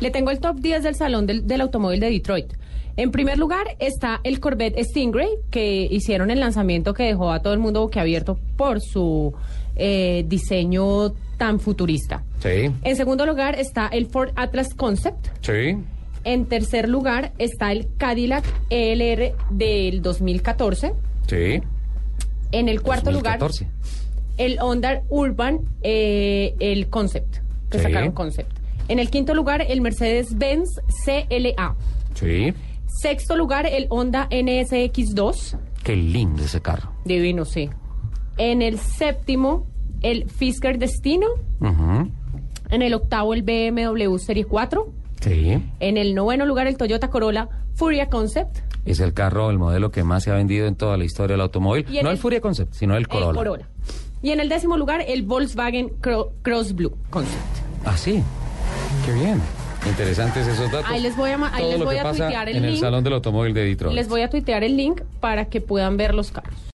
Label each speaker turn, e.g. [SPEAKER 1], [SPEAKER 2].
[SPEAKER 1] Le tengo el top 10 del Salón del, del Automóvil de Detroit. En primer lugar está el Corvette Stingray, que hicieron el lanzamiento que dejó a todo el mundo boquiabierto por su eh, diseño tan futurista.
[SPEAKER 2] Sí,
[SPEAKER 1] En segundo lugar está el Ford Atlas Concept.
[SPEAKER 2] sí.
[SPEAKER 1] En tercer lugar está el Cadillac ELR del 2014.
[SPEAKER 2] Sí.
[SPEAKER 1] En el cuarto lugar
[SPEAKER 2] 2014.
[SPEAKER 1] el Honda Urban, eh, el Concept, que
[SPEAKER 2] Sí.
[SPEAKER 1] sacaron Concept. En el quinto lugar el Mercedes-Benz CLA.
[SPEAKER 2] Sí.
[SPEAKER 1] Sexto lugar el Honda NSX2.
[SPEAKER 2] Qué lindo ese carro.
[SPEAKER 1] Divino, sí. En el séptimo el Fisker Destino.
[SPEAKER 2] Ujú.
[SPEAKER 1] En el octavo el BMW Serie 4.
[SPEAKER 2] Sí.
[SPEAKER 1] En el noveno lugar el Toyota Corolla Furia Concept.
[SPEAKER 2] Es el carro, el modelo que más se ha vendido en toda la historia del automóvil.
[SPEAKER 1] Y en
[SPEAKER 2] No
[SPEAKER 1] el-
[SPEAKER 2] el, Furia Concept, sino el Corolla.
[SPEAKER 1] El Corolla. Y en el décimo lugar el Volkswagen Cro- Cross Blue Concept.
[SPEAKER 2] Ah, sí. Qué bien. Interesantes esos datos.
[SPEAKER 1] Ahí les voy a ma- ahí
[SPEAKER 2] Todo
[SPEAKER 1] les
[SPEAKER 2] lo
[SPEAKER 1] voy
[SPEAKER 2] que
[SPEAKER 1] a
[SPEAKER 2] pasa
[SPEAKER 1] tuitear el
[SPEAKER 2] en el
[SPEAKER 1] link.
[SPEAKER 2] Salón del Automóvil de Detroit.
[SPEAKER 1] Les voy a tuitear el link para que puedan ver los carros.